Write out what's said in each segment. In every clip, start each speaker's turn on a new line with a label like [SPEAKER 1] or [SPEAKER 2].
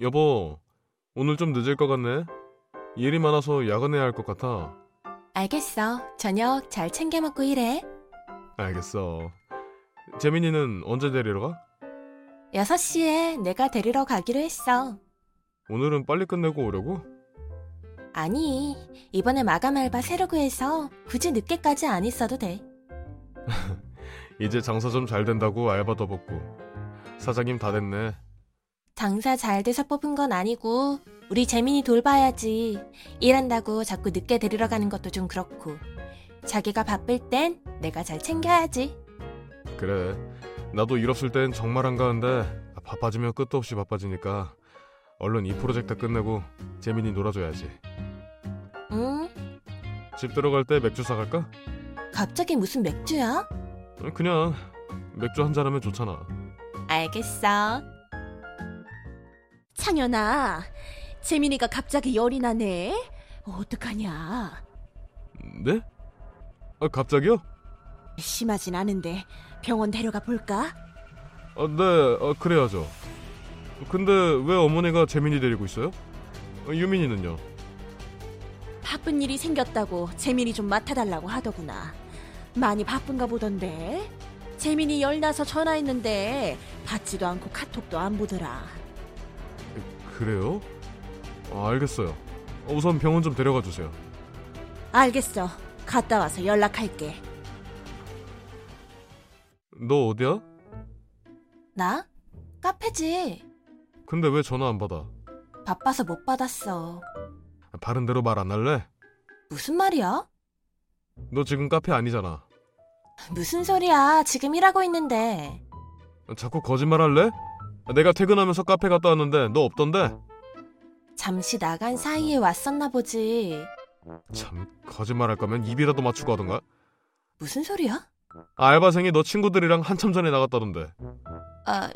[SPEAKER 1] 여보, 오늘 좀 늦을 것 같네. 일이 많아서 야근해야 할 것 같아.
[SPEAKER 2] 알겠어. 저녁 잘 챙겨 먹고 일해.
[SPEAKER 1] 알겠어. 재민이는 언제 데리러 가?
[SPEAKER 2] 6시에 내가 데리러 가기로 했어.
[SPEAKER 1] 오늘은 빨리 끝내고 오려고?
[SPEAKER 2] 아니, 이번에 마감 알바 새로 구해서 굳이 늦게까지 안 있어도 돼.
[SPEAKER 1] 이제 장사 좀 잘 된다고 알바도 뽑고. 사장님 다 됐네.
[SPEAKER 2] 장사 잘 돼서 뽑은 건 아니고, 우리 재민이 돌봐야지. 일한다고 자꾸 늦게 데리러 가는 것도 좀 그렇고. 자기가 바쁠 땐 내가 잘 챙겨야지.
[SPEAKER 1] 그래. 나도 일 없을 땐 정말 한가한데 바빠지면 끝도 없이 바빠지니까 얼른 이 프로젝트 끝내고 재민이 놀아줘야지.
[SPEAKER 2] 응?
[SPEAKER 1] 집 들어갈 때 맥주 사갈까?
[SPEAKER 2] 갑자기 무슨 맥주야?
[SPEAKER 1] 그냥 맥주 한잔 하면 좋잖아.
[SPEAKER 2] 알겠어.
[SPEAKER 3] 창현아, 재민이가 갑자기 열이 나네. 어떡하냐?
[SPEAKER 1] 네? 아, 갑자기요?
[SPEAKER 3] 심하진 않은데 병원 데려가 볼까?
[SPEAKER 1] 아, 네, 아, 그래야죠. 근데 왜 어머니가 재민이 데리고 있어요? 아, 유민이는요?
[SPEAKER 3] 바쁜 일이 생겼다고 재민이 좀 맡아달라고 하더구나. 많이 바쁜가 보던데. 재민이 열나서 전화했는데 받지도 않고 카톡도 안 보더라.
[SPEAKER 1] 그래요? 아, 알겠어요. 아, 우선 병원 좀 데려가 주세요.
[SPEAKER 3] 알겠어. 갔다 와서 연락할게.
[SPEAKER 1] 너 어디야?
[SPEAKER 2] 나? 카페지.
[SPEAKER 1] 근데 왜 전화 안 받아?
[SPEAKER 2] 바빠서 못 받았어.
[SPEAKER 1] 아, 바른 대로 말 안 할래?
[SPEAKER 2] 무슨 말이야?
[SPEAKER 1] 너 지금 카페 아니잖아.
[SPEAKER 2] 무슨 소리야. 지금 일하고 있는데.
[SPEAKER 1] 아, 자꾸 거짓말 할래? 아, 내가 퇴근하면서 카페 갔다 왔는데 너 없던데?
[SPEAKER 2] 잠시 나간 사이에 왔었나 보지.
[SPEAKER 1] 참, 거짓말 할 거면 입이라도 맞추고 하던가?
[SPEAKER 2] 무슨 소리야?
[SPEAKER 1] 아, 알바생이 너 친구들이랑 한참 전에 나갔다던데.
[SPEAKER 2] 아,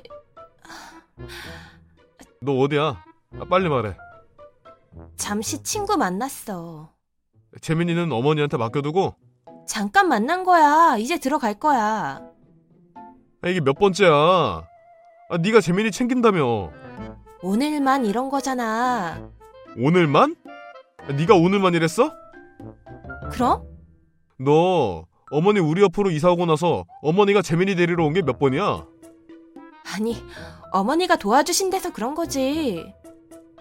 [SPEAKER 1] 너 어디야? 아, 빨리 말해.
[SPEAKER 2] 잠시 친구 만났어.
[SPEAKER 1] 재민이는 어머니한테 맡겨두고
[SPEAKER 2] 잠깐 만난 거야. 이제 들어갈 거야.
[SPEAKER 1] 아, 이게 몇 번째야? 아, 네가 재민이 챙긴다며.
[SPEAKER 2] 오늘만 이런 거잖아.
[SPEAKER 1] 오늘만? 아, 네가 오늘만 이랬어?
[SPEAKER 2] 그럼?
[SPEAKER 1] 너 어머니 우리 옆으로 이사 오고 나서 어머니가 재민이 데리러 온 게 몇 번이야? 아,
[SPEAKER 2] 아니, 어머니가 도와주신 데서 그런 거지.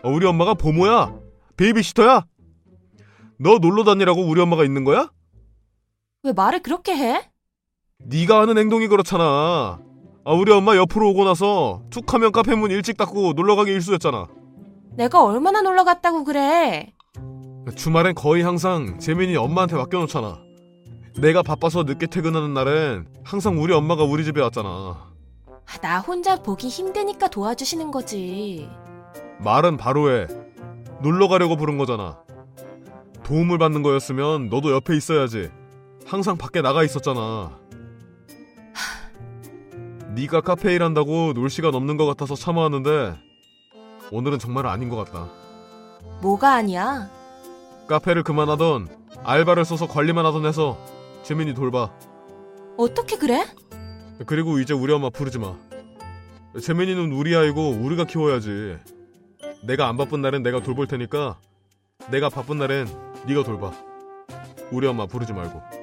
[SPEAKER 1] 아, 우리 엄마가 보모야? 베이비시터야? 너 놀러 다니라고 우리 엄마가 있는 거야?
[SPEAKER 2] 왜 말을 그렇게 해?
[SPEAKER 1] 네가 하는 행동이 그렇잖아. 아, 우리 엄마 옆으로 오고 나서 툭하면 카페 문 일찍 닫고 놀러 가기 일쑤였잖아.
[SPEAKER 2] 내가 얼마나 놀러 갔다고 그래.
[SPEAKER 1] 그러니까 주말엔 거의 항상 재민이 엄마한테 맡겨놓잖아. 내가 바빠서 늦게 퇴근하는 날엔 항상 우리 엄마가 우리 집에 왔잖아.
[SPEAKER 2] 나 혼자 보기 힘드니까 도와주시는 거지.
[SPEAKER 1] 말은 바로 해. 놀러 가려고 부른 거잖아. 도움을 받는 거였으면 너도 옆에 있어야지. 항상 밖에 나가 있었잖아. 네가 카페 일한다고 놀 시간 없는 것 같아서 참아왔는데 오늘은 정말 아닌 것 같다.
[SPEAKER 2] 뭐가 아니야?
[SPEAKER 1] 카페를 그만하던 알바를 써서 관리만 하던 해서 재민이 돌봐.
[SPEAKER 2] 어떻게 그래?
[SPEAKER 1] 그리고 이제 우리 엄마 부르지 마. 재민이는 우리 아이고 우리가 키워야지. 내가 안 바쁜 날엔 내가 돌볼 테니까 내가 바쁜 날엔 네가 돌봐. 우리 엄마 부르지 말고.